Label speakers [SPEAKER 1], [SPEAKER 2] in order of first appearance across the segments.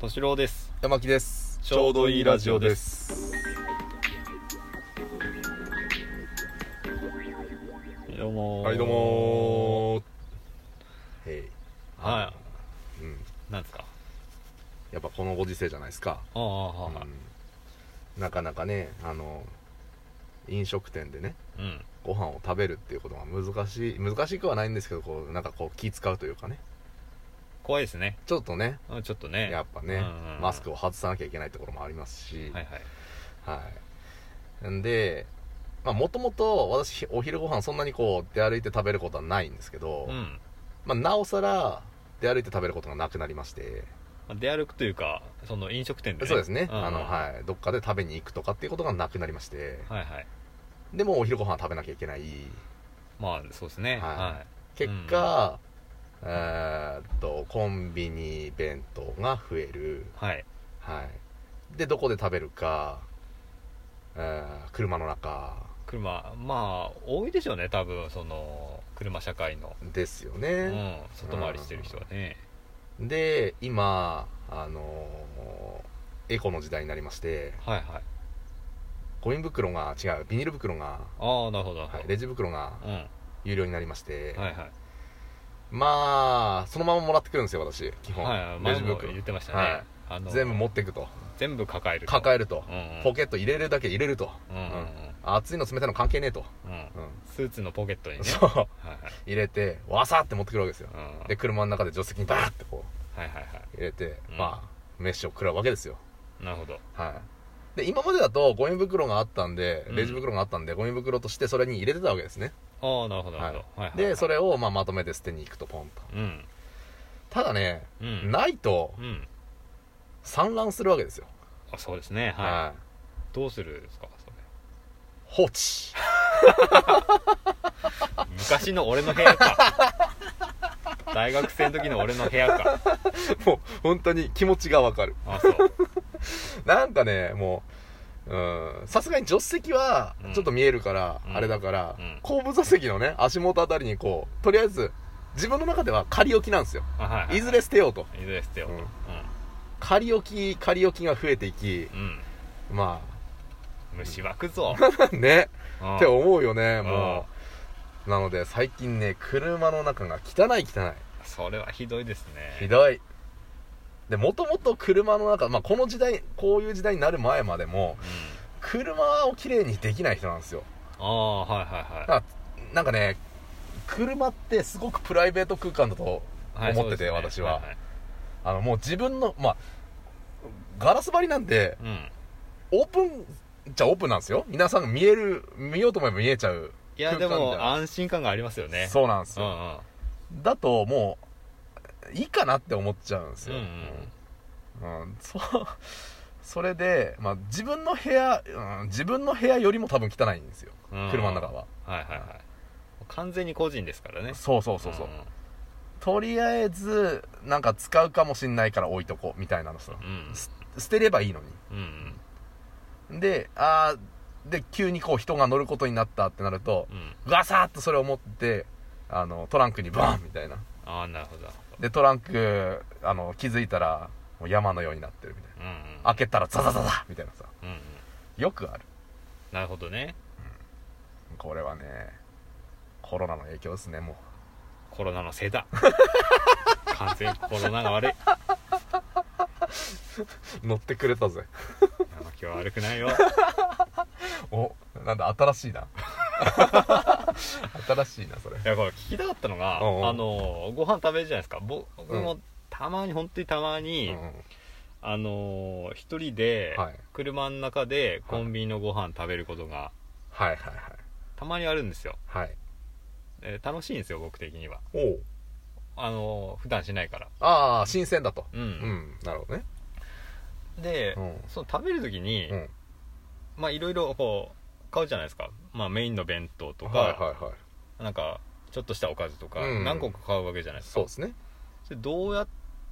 [SPEAKER 1] 敏郎です
[SPEAKER 2] 山木です
[SPEAKER 1] ちょうどいいラジオですどうも
[SPEAKER 2] はいどうもーへい
[SPEAKER 1] は
[SPEAKER 2] うん
[SPEAKER 1] いなんですか
[SPEAKER 2] やっぱこのご時世じゃないですか、
[SPEAKER 1] ああは
[SPEAKER 2] うん、なかなかねあの飲食店でね
[SPEAKER 1] いうん
[SPEAKER 2] ご飯を食べるっていうことが難しい難しくはないんですけどこうなんかこう気使うというかね
[SPEAKER 1] 怖いですね
[SPEAKER 2] ちょっとね
[SPEAKER 1] うんちょっとね
[SPEAKER 2] やっぱね、
[SPEAKER 1] うんうん
[SPEAKER 2] マスクを外さなきゃいけないところもありますし
[SPEAKER 1] はいはい
[SPEAKER 2] はい、んでもともと私お昼ご飯そんなにこう出歩いて食べることはないんですけど、
[SPEAKER 1] うん
[SPEAKER 2] まあ、なおさら出歩いて食べることがなくなりまして
[SPEAKER 1] まあ出歩くというかその飲食店でね
[SPEAKER 2] そうですね、
[SPEAKER 1] ん
[SPEAKER 2] あのはい、どっかで食べに行くとかっていうことがなくなりまして
[SPEAKER 1] はいはい
[SPEAKER 2] でもうお昼ご飯は食べなきゃいけない
[SPEAKER 1] まあそうですね
[SPEAKER 2] は
[SPEAKER 1] はいい
[SPEAKER 2] 結果、えーっとコンビニ弁当が増える、
[SPEAKER 1] はい
[SPEAKER 2] はい、でどこで食べるか、えー車の中
[SPEAKER 1] 車まあ多いでしょうね多分その車社会の
[SPEAKER 2] ですよ
[SPEAKER 1] う
[SPEAKER 2] ね、
[SPEAKER 1] ん外回りしてる人はね
[SPEAKER 2] で今あのーエコの時代になりまして
[SPEAKER 1] はいはい
[SPEAKER 2] ゴミ袋が違うビニール袋が、
[SPEAKER 1] ああなるほどなる
[SPEAKER 2] は
[SPEAKER 1] ほ
[SPEAKER 2] い
[SPEAKER 1] ど
[SPEAKER 2] レジ袋が
[SPEAKER 1] うんは
[SPEAKER 2] 有料になりまして、
[SPEAKER 1] いはい
[SPEAKER 2] まあそのままもらってくるんですよ私基本、
[SPEAKER 1] はい、
[SPEAKER 2] レ
[SPEAKER 1] 前
[SPEAKER 2] ジ
[SPEAKER 1] も
[SPEAKER 2] 袋
[SPEAKER 1] 言ってましたね、
[SPEAKER 2] はい
[SPEAKER 1] あの
[SPEAKER 2] 全部持っていくと
[SPEAKER 1] 全部抱える
[SPEAKER 2] 抱え
[SPEAKER 1] る、
[SPEAKER 2] ると、
[SPEAKER 1] うんうん、
[SPEAKER 2] ポケット入れるだけ入れると、
[SPEAKER 1] うんうん
[SPEAKER 2] 熱いの冷たいの関係ねえと、
[SPEAKER 1] うんうん
[SPEAKER 2] うん
[SPEAKER 1] スーツのポケットにね
[SPEAKER 2] そう
[SPEAKER 1] はいはい
[SPEAKER 2] 入れてわさって持ってくるわけですよ
[SPEAKER 1] うん
[SPEAKER 2] で車の中で助手席にバーってこ
[SPEAKER 1] はいはいは
[SPEAKER 2] う入れて、
[SPEAKER 1] うん
[SPEAKER 2] まあ飯を食らうわけですよ
[SPEAKER 1] いなるほど
[SPEAKER 2] はいで今までだとゴミ袋があったんで
[SPEAKER 1] うん
[SPEAKER 2] レジ袋があったんで、ゴミ袋としてそれに入れてたわけですね、
[SPEAKER 1] ああなるほどなるほど、はいはいはい
[SPEAKER 2] でそれをまあまとめて捨てに行くとポンと
[SPEAKER 1] うん
[SPEAKER 2] ただね、
[SPEAKER 1] うん
[SPEAKER 2] ないと
[SPEAKER 1] うん
[SPEAKER 2] 散乱するわけですよ
[SPEAKER 1] あそうですねはい、
[SPEAKER 2] はい
[SPEAKER 1] どうするんですかそれ
[SPEAKER 2] 放置
[SPEAKER 1] 昔の俺の部屋か 大学生の時の俺の部屋か
[SPEAKER 2] もう本当に気持ちがわかる
[SPEAKER 1] あそう
[SPEAKER 2] なんかねもううんさすがに助手席は
[SPEAKER 1] うん
[SPEAKER 2] ちょっと見えるから、
[SPEAKER 1] うん
[SPEAKER 2] あれだから、
[SPEAKER 1] うん
[SPEAKER 2] 後部座席のね足元あたりにこうとりあえず自分の中では仮置きなんですよ
[SPEAKER 1] あはい、はい、
[SPEAKER 2] いずれ捨てようと
[SPEAKER 1] いずれ捨てようと
[SPEAKER 2] うん
[SPEAKER 1] う
[SPEAKER 2] 仮置き仮置きが増えていき
[SPEAKER 1] ん、うん
[SPEAKER 2] ま
[SPEAKER 1] 虫湧くぞ、
[SPEAKER 2] あ ね
[SPEAKER 1] うん
[SPEAKER 2] って思うよねもうなので最近ね車の中が汚い汚
[SPEAKER 1] それはひどいですね
[SPEAKER 2] いひどいでもともと車の中、まあ、この時代こういう時代になる前までも
[SPEAKER 1] うん
[SPEAKER 2] 車をきれいにできない人なんですよ
[SPEAKER 1] ああはいはいは
[SPEAKER 2] あなんかね車ってすごくプライベート空間だと
[SPEAKER 1] い、はい、
[SPEAKER 2] 思ってて
[SPEAKER 1] そうです
[SPEAKER 2] 私はい
[SPEAKER 1] い
[SPEAKER 2] あのもう自分のまあガラス張りなんで
[SPEAKER 1] うん
[SPEAKER 2] オープンじゃオープンなんですよ皆さんが見える見ようと思えば見えちゃう
[SPEAKER 1] いやで
[SPEAKER 2] 空間みたい
[SPEAKER 1] も
[SPEAKER 2] な
[SPEAKER 1] 安心感がありますよね
[SPEAKER 2] そうなんです
[SPEAKER 1] うんう
[SPEAKER 2] よ、
[SPEAKER 1] ん
[SPEAKER 2] だともういいかなって思っちゃうんですよ、
[SPEAKER 1] うん
[SPEAKER 2] うんうん そうそれで、まあ、自分の部屋、うん、自分の部屋よりも多分汚いんですよ、
[SPEAKER 1] うん
[SPEAKER 2] 車の中は
[SPEAKER 1] はいはいはい完全に個人ですからね
[SPEAKER 2] そうそうそうそう、
[SPEAKER 1] ん
[SPEAKER 2] とりあえずなんか使うかもしんないから置いとこうみたいなのさ、
[SPEAKER 1] うん
[SPEAKER 2] す捨てればいいの
[SPEAKER 1] うんうん
[SPEAKER 2] にであーで急にこう人が乗ることになったってなると
[SPEAKER 1] うん
[SPEAKER 2] ガサッとそれを持ってあのトランクにバーンみたいな
[SPEAKER 1] ああなるほど
[SPEAKER 2] でトランクあの気づいたらもう山のようになってるみたい
[SPEAKER 1] うんうん
[SPEAKER 2] な開けたらザザザザみたいなさ
[SPEAKER 1] うんうん
[SPEAKER 2] よくある
[SPEAKER 1] なるほどね
[SPEAKER 2] これはねコロナの影響ですねも
[SPEAKER 1] コロナのせいだ完全にコロナが悪い
[SPEAKER 2] う乗ってくれたぜ
[SPEAKER 1] 今日は悪くないよ
[SPEAKER 2] おなんだ新し いな新しいなそれ
[SPEAKER 1] いやこれ聞きたかったのがあ
[SPEAKER 2] うんうん
[SPEAKER 1] のご飯食べるじゃないですかぼ僕
[SPEAKER 2] う
[SPEAKER 1] もたまに本当にたまに、
[SPEAKER 2] う
[SPEAKER 1] あのー一人で
[SPEAKER 2] はい
[SPEAKER 1] 車の中でコンビニのご飯食べることが
[SPEAKER 2] はいはい
[SPEAKER 1] たまにあるんですよ、
[SPEAKER 2] はいはい
[SPEAKER 1] えー楽しいんですよ僕的には
[SPEAKER 2] おお
[SPEAKER 1] あのー普段しないから
[SPEAKER 2] ああ新鮮だと
[SPEAKER 1] うん、
[SPEAKER 2] うんなるほどね
[SPEAKER 1] で、
[SPEAKER 2] うん
[SPEAKER 1] その食べる時に、
[SPEAKER 2] うん
[SPEAKER 1] まあいろいろこう買うじゃないですか、まあ、メインの弁当とか、
[SPEAKER 2] はいはいはい
[SPEAKER 1] なんかちょっとしたおかずとか、
[SPEAKER 2] うん
[SPEAKER 1] 何個か買うわけじゃないですか
[SPEAKER 2] そうですね
[SPEAKER 1] それどうやっ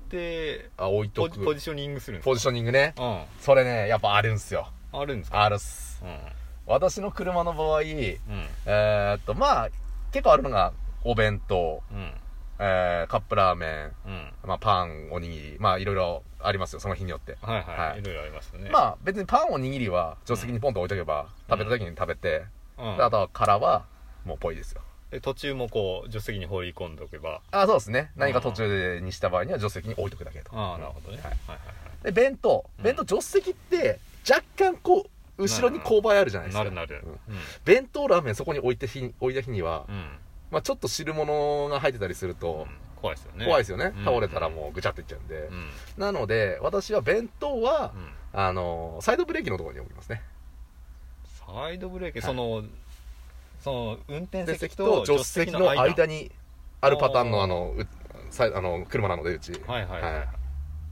[SPEAKER 1] て
[SPEAKER 2] あ置いと
[SPEAKER 1] ポ
[SPEAKER 2] く
[SPEAKER 1] ジポジショニングするんですか
[SPEAKER 2] ポジショニングね
[SPEAKER 1] うん
[SPEAKER 2] それねやっぱあるんすよ
[SPEAKER 1] あるんですか
[SPEAKER 2] あるっす
[SPEAKER 1] うん
[SPEAKER 2] 私の車の場合え
[SPEAKER 1] うん
[SPEAKER 2] ー、っとまあ結構あるのがお弁当
[SPEAKER 1] うん
[SPEAKER 2] えーカップラーメ
[SPEAKER 1] うん
[SPEAKER 2] ン、まあ、パンおにぎりまあいろいろありますよその日によって、
[SPEAKER 1] はいはい、
[SPEAKER 2] はい
[SPEAKER 1] い、ろいろありますね
[SPEAKER 2] まあ別にパンおにぎりは助手席にポンと置いとけば、食べた時に食べて、
[SPEAKER 1] うん
[SPEAKER 2] であとは殻はもうぽいですよ
[SPEAKER 1] で途中もこう助手席に放り込んでおけば
[SPEAKER 2] あそうですね何か途中にした場合には助手席に置いとくだけと
[SPEAKER 1] ああなるほどね、
[SPEAKER 2] はい
[SPEAKER 1] はい
[SPEAKER 2] で弁当
[SPEAKER 1] うん
[SPEAKER 2] 弁当助手席って若干こう後ろに勾配あるじゃないです
[SPEAKER 1] な
[SPEAKER 2] か
[SPEAKER 1] るなる
[SPEAKER 2] うん
[SPEAKER 1] うん
[SPEAKER 2] 弁当ラーメンそこに置いて日置いた日には、
[SPEAKER 1] うん
[SPEAKER 2] まあ、ちょっと汁物が入ってたりすると
[SPEAKER 1] うん怖いですよね
[SPEAKER 2] 怖いですよね、
[SPEAKER 1] うん
[SPEAKER 2] 倒れたらもうぐちゃっていっちゃうんで、
[SPEAKER 1] うんうん
[SPEAKER 2] なので私は弁当は、あのサイドブレーキのところに置きますね
[SPEAKER 1] サイドブレーキ、
[SPEAKER 2] はい
[SPEAKER 1] そのその運転
[SPEAKER 2] 助手
[SPEAKER 1] 席
[SPEAKER 2] 席と
[SPEAKER 1] と
[SPEAKER 2] 助手席の間
[SPEAKER 1] に
[SPEAKER 2] にあるパターン
[SPEAKER 1] お
[SPEAKER 2] の
[SPEAKER 1] ー
[SPEAKER 2] あのうさいあの車なのでうち、
[SPEAKER 1] はいはいはい、
[SPEAKER 2] はい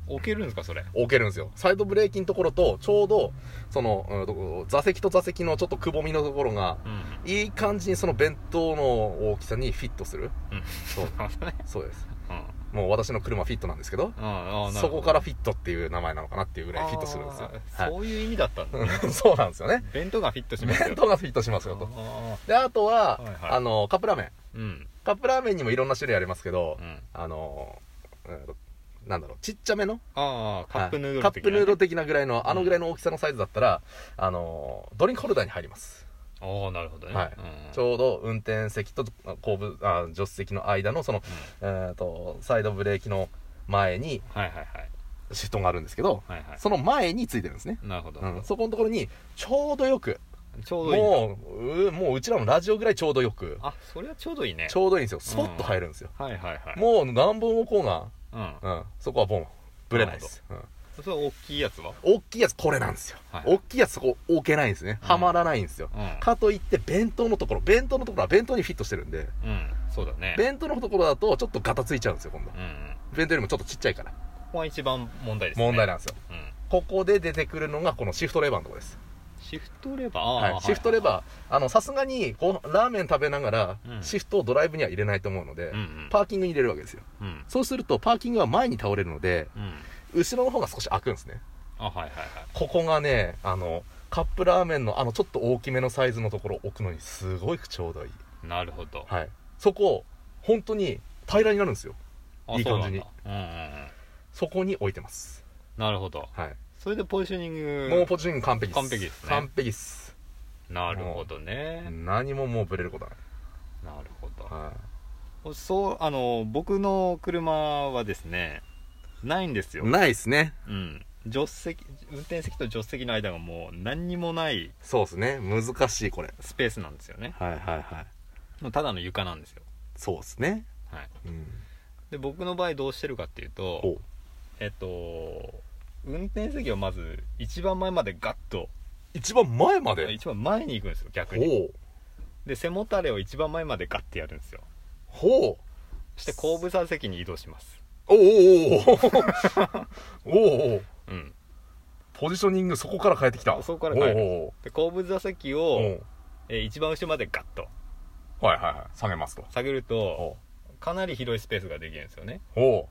[SPEAKER 1] 置けるんですかそれ
[SPEAKER 2] 置けるんですよサイドブレーキのところとちょうどその、うんと、座席と座席のちょっとくぼみのところが
[SPEAKER 1] うん
[SPEAKER 2] いい感じにその弁当の大きさにフィットする
[SPEAKER 1] うん
[SPEAKER 2] そう
[SPEAKER 1] なるほどね
[SPEAKER 2] そうです
[SPEAKER 1] うん
[SPEAKER 2] もう私の車フィットなんですけど
[SPEAKER 1] ああなる
[SPEAKER 2] そ
[SPEAKER 1] ほど
[SPEAKER 2] こからフィットっていう名前なのかなっていうぐらいフィットするんですよ
[SPEAKER 1] あ、ー
[SPEAKER 2] はい
[SPEAKER 1] そういう意味だったんだ、ね、
[SPEAKER 2] うん そうなんですよね
[SPEAKER 1] 弁当がフィットしま
[SPEAKER 2] 弁
[SPEAKER 1] すよ
[SPEAKER 2] 当がフィットしますよと
[SPEAKER 1] あ
[SPEAKER 2] であとは、
[SPEAKER 1] はいはい
[SPEAKER 2] あのカップラーメン
[SPEAKER 1] ーうん
[SPEAKER 2] カップラーメンにもいろんな種類ありますけど、
[SPEAKER 1] うん
[SPEAKER 2] あの、うんと、なんだろうちっちゃめの
[SPEAKER 1] ああカップヌードル
[SPEAKER 2] はいカップヌードル
[SPEAKER 1] 的
[SPEAKER 2] 的なぐらいのあのぐらいの大きさのサイズだったら、あのドリンクホルダーに入ります、
[SPEAKER 1] なねああなるほどね、
[SPEAKER 2] はい
[SPEAKER 1] うん
[SPEAKER 2] ちょうど運転席とあ後部あ助手席の間のその、えー、とサイドブレーキの前に
[SPEAKER 1] はいはいはい
[SPEAKER 2] シフトがあるんですけど、
[SPEAKER 1] はいはい
[SPEAKER 2] その前についてるんですね、
[SPEAKER 1] なるほど、
[SPEAKER 2] うん、そこのところにちょうどよく
[SPEAKER 1] ちょうどいいんだ
[SPEAKER 2] もううもううちらのラジオぐらいちょうどよく
[SPEAKER 1] あそれはちょうどいいね
[SPEAKER 2] ちょうどいいんですよスポッと入るんですよ、
[SPEAKER 1] はいはいはい
[SPEAKER 2] もう何本もこうが、
[SPEAKER 1] うん
[SPEAKER 2] うん、そこはボンぶれないです、うん
[SPEAKER 1] それ大きいやつは
[SPEAKER 2] 大きいやつこれなんですよ、
[SPEAKER 1] はい
[SPEAKER 2] 大きいやつそこ置けないんですね
[SPEAKER 1] うん
[SPEAKER 2] はまらないんですよ、
[SPEAKER 1] うん
[SPEAKER 2] かといって弁当のところ弁当のところは弁当にフィットしてるんで
[SPEAKER 1] うんそうだね
[SPEAKER 2] 弁当のところだとちょっとガタついちゃうんですよ今度
[SPEAKER 1] うんうん
[SPEAKER 2] 弁当よりもちょっとちっちゃいから
[SPEAKER 1] ここが一番問題ですね
[SPEAKER 2] 問題
[SPEAKER 1] な
[SPEAKER 2] なんですよ
[SPEAKER 1] うん
[SPEAKER 2] ここで出てくるのがこのシフトレバーのところです、
[SPEAKER 1] シフトレバー
[SPEAKER 2] はい
[SPEAKER 1] あー
[SPEAKER 2] シフトレバーあのさすがにごラーメン食べながら
[SPEAKER 1] うん
[SPEAKER 2] シフトをドライブには入れないと思うので、
[SPEAKER 1] うんうん
[SPEAKER 2] パーキングに入れるわけですよ
[SPEAKER 1] うん
[SPEAKER 2] そうするとパーキングは前に倒れるので
[SPEAKER 1] うん
[SPEAKER 2] 後ろの方が少し開くんですね
[SPEAKER 1] あはいはいはい
[SPEAKER 2] ここがねあのカップラーメンのあのちょっと大きめのサイズのところを置くのにすごくちょうどいい、
[SPEAKER 1] なるほど
[SPEAKER 2] はい、そこ本当に平らになるんですよ
[SPEAKER 1] あ
[SPEAKER 2] いい感
[SPEAKER 1] そうな
[SPEAKER 2] じに
[SPEAKER 1] んだうんうんうん
[SPEAKER 2] そこに置いてます、
[SPEAKER 1] なるほど
[SPEAKER 2] はい
[SPEAKER 1] それでポジショニング
[SPEAKER 2] もうポジショング完璧です
[SPEAKER 1] 完璧ですね
[SPEAKER 2] 完璧っす
[SPEAKER 1] なるほどね
[SPEAKER 2] 何ももうブレることは
[SPEAKER 1] なるほど
[SPEAKER 2] ない、は
[SPEAKER 1] そうあの僕の車はですねないんですよ
[SPEAKER 2] い、ないですね
[SPEAKER 1] うん助手席運転席と助手席の間がもう何にもない
[SPEAKER 2] そうですね難しいこれ
[SPEAKER 1] スペースなんですよね
[SPEAKER 2] はいはいはい
[SPEAKER 1] もうただの床なんですよ
[SPEAKER 2] そうですね
[SPEAKER 1] はい
[SPEAKER 2] うん
[SPEAKER 1] で僕の場合どうしてるかっていうと
[SPEAKER 2] お
[SPEAKER 1] えっと運転席をまず一番前までガッと
[SPEAKER 2] 一番前まで
[SPEAKER 1] 一番前に行くんですよ逆に
[SPEAKER 2] ほう
[SPEAKER 1] で背もたれを一番前までガッてやるんですよ
[SPEAKER 2] ほう
[SPEAKER 1] そして後部座席に移動します
[SPEAKER 2] お うおうおうおうおう
[SPEAKER 1] うん
[SPEAKER 2] ポジショニングそこから変えてきた
[SPEAKER 1] そこから変える
[SPEAKER 2] おうおうおう
[SPEAKER 1] で後部座席
[SPEAKER 2] お
[SPEAKER 1] を、
[SPEAKER 2] う
[SPEAKER 1] えー一番後ろまでガッと
[SPEAKER 2] はいはいはい下げますと
[SPEAKER 1] 下げると
[SPEAKER 2] お
[SPEAKER 1] かなり広いスペースができるんですよね
[SPEAKER 2] お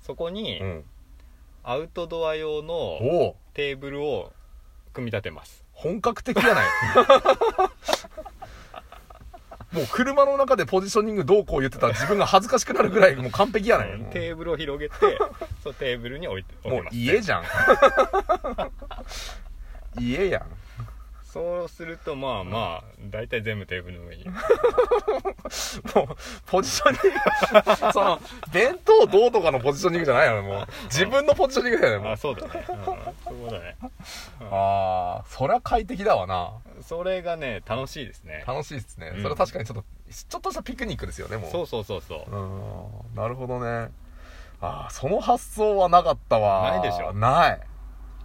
[SPEAKER 1] そこに
[SPEAKER 2] う、うん、
[SPEAKER 1] アウトドア用の
[SPEAKER 2] おう
[SPEAKER 1] テーブルを組み立てます
[SPEAKER 2] 本格的やない もう車の中でポジショニングどうこう言ってたら自分が恥ずかしくなるぐらいもう完璧やない
[SPEAKER 1] うん
[SPEAKER 2] もう
[SPEAKER 1] テーブルを広げ てそのテーブルに置いて置
[SPEAKER 2] も
[SPEAKER 1] き
[SPEAKER 2] う
[SPEAKER 1] ます
[SPEAKER 2] 家じゃん 家やん
[SPEAKER 1] そうするとまあまあ大体全部テーブルの上に
[SPEAKER 2] もうポジショニング その弁当どうとかのポジショニングじゃないよねもう自分のポジショニングだよねもう
[SPEAKER 1] あそうだね、うん、そうだね
[SPEAKER 2] ああそりゃ快適だわな
[SPEAKER 1] それがね楽しいですね
[SPEAKER 2] 楽しいですね、
[SPEAKER 1] うん
[SPEAKER 2] それは確かにちょっとちょっとしたピクニックですよねもう
[SPEAKER 1] そうそうそうそう
[SPEAKER 2] うんなるほどねああその発想はなかったわ
[SPEAKER 1] ないでしょ
[SPEAKER 2] ない、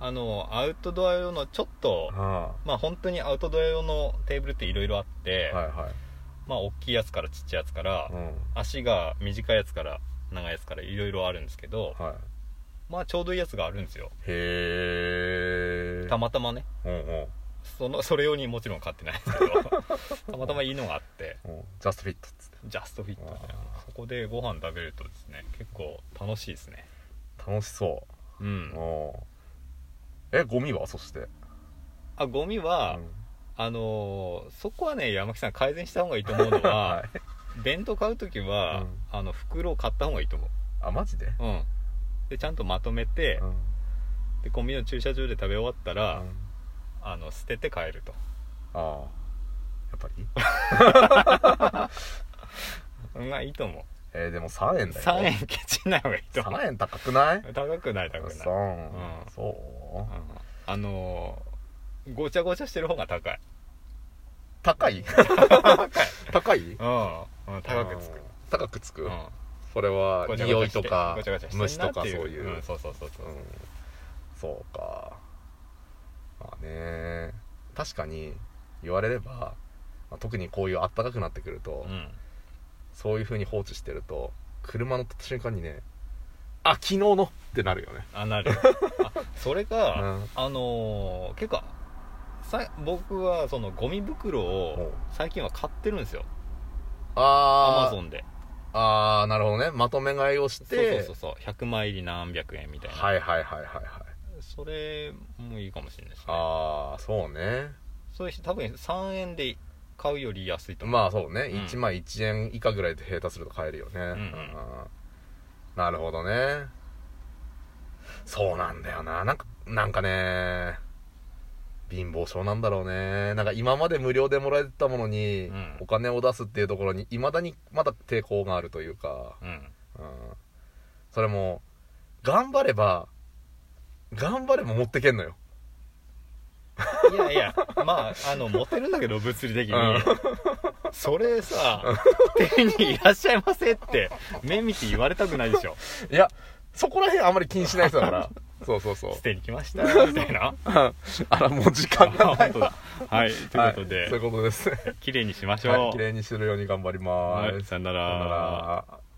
[SPEAKER 1] あのアウトドア用のちょっと
[SPEAKER 2] うん、は
[SPEAKER 1] まあ本当にアウトドア用のテーブルっていろいろあって、
[SPEAKER 2] いは
[SPEAKER 1] まあ大きいやつからちっちゃいやつから
[SPEAKER 2] い、うん
[SPEAKER 1] 足が短いやつから長いやつからいろいろあるんですけど、
[SPEAKER 2] はい、
[SPEAKER 1] まあちょうどいいやつがあるんですよ
[SPEAKER 2] へえ
[SPEAKER 1] たまたまね
[SPEAKER 2] うんうんうん
[SPEAKER 1] そのそれ用にもちろん買ってないんですけ どたまたまいいのがあって
[SPEAKER 2] ジャストフィットっつっ
[SPEAKER 1] ジャストフィットねそこでご飯食べるとですね結構楽しいですね
[SPEAKER 2] て楽しそうう、
[SPEAKER 1] ん
[SPEAKER 2] うん、えゴミはそして
[SPEAKER 1] あゴミは、
[SPEAKER 2] うん
[SPEAKER 1] あのーそこはね山木さん改善した方がいいと思うのは、
[SPEAKER 2] い
[SPEAKER 1] 弁当買う時は、
[SPEAKER 2] うん
[SPEAKER 1] あの袋を買った方がいいと思
[SPEAKER 2] あマジで、
[SPEAKER 1] ううんでちゃんとまとめて、
[SPEAKER 2] うん
[SPEAKER 1] でコンビニの駐車場で食べ終わったら、
[SPEAKER 2] うん
[SPEAKER 1] あの捨てて帰ると
[SPEAKER 2] ああやっぱり
[SPEAKER 1] がいいと思う
[SPEAKER 2] えー、でも3円だよ
[SPEAKER 1] 3円ケチんない方がいいと思う
[SPEAKER 2] 3円高くない
[SPEAKER 1] 高くない高くない、
[SPEAKER 2] そう、
[SPEAKER 1] ん
[SPEAKER 2] そう
[SPEAKER 1] うんあのーごちゃごちゃしてる方が高い
[SPEAKER 2] 高い 高い
[SPEAKER 1] うん、うん、高くつ
[SPEAKER 2] う
[SPEAKER 1] く
[SPEAKER 2] ん高くつく、
[SPEAKER 1] うん
[SPEAKER 2] それは
[SPEAKER 1] ごちゃご
[SPEAKER 2] 匂い
[SPEAKER 1] ちゃして
[SPEAKER 2] とか
[SPEAKER 1] ごちゃごちゃしてんなって
[SPEAKER 2] 虫とかそういう、
[SPEAKER 1] んそうそうそうそう
[SPEAKER 2] うんそうかまあね確かに言われれば、まあ特にこういう暖かくなってくると、
[SPEAKER 1] うん
[SPEAKER 2] そういう風に放置してると車乗った瞬間にねあ昨日のってなるよね
[SPEAKER 1] あな るあそれ
[SPEAKER 2] う
[SPEAKER 1] が、
[SPEAKER 2] ん
[SPEAKER 1] あのー結構さ僕はそのゴミ袋
[SPEAKER 2] お
[SPEAKER 1] を
[SPEAKER 2] う
[SPEAKER 1] 最近は買ってるんですよアマ
[SPEAKER 2] あ
[SPEAKER 1] ゾ
[SPEAKER 2] ー
[SPEAKER 1] ンで
[SPEAKER 2] あーなるほどねまとめ買いをし
[SPEAKER 1] そうそう
[SPEAKER 2] て
[SPEAKER 1] そうそう100枚入り何百円みたいな、
[SPEAKER 2] はいはいはいはいはい
[SPEAKER 1] それもいいかもしれないですね
[SPEAKER 2] ああそうね
[SPEAKER 1] それ多分3円で買うより安いと思う、
[SPEAKER 2] まあそうね、
[SPEAKER 1] うん
[SPEAKER 2] 1枚1円以下ぐらいで平達すると買えるよね、うん
[SPEAKER 1] うん
[SPEAKER 2] なるほどねそうなんだよななんかなんかね貧乏症なんだろうねなんか今まで無料でもらえてたものに、
[SPEAKER 1] うん
[SPEAKER 2] お金を出すっていうところにいまだにまだ抵抗があるというか、
[SPEAKER 1] うん
[SPEAKER 2] うん、それも頑張れば頑張れば持ってけんのよ
[SPEAKER 1] いやいや まああのモテるんだけど物理的に、
[SPEAKER 2] うん
[SPEAKER 1] それさ手にいらっしゃいませって目見て言われたくないでしょ
[SPEAKER 2] いやそこら辺あんまり気にしない人だから そうそうそう
[SPEAKER 1] 捨てに来ましたみたいな
[SPEAKER 2] あらもう時間が
[SPEAKER 1] あ本当だはいということ
[SPEAKER 2] は
[SPEAKER 1] で、
[SPEAKER 2] そういうことです。
[SPEAKER 1] 綺麗にしましょう、
[SPEAKER 2] はい、綺麗にするように頑張ります。
[SPEAKER 1] はいさよな
[SPEAKER 2] さよな
[SPEAKER 1] ら
[SPEAKER 2] ら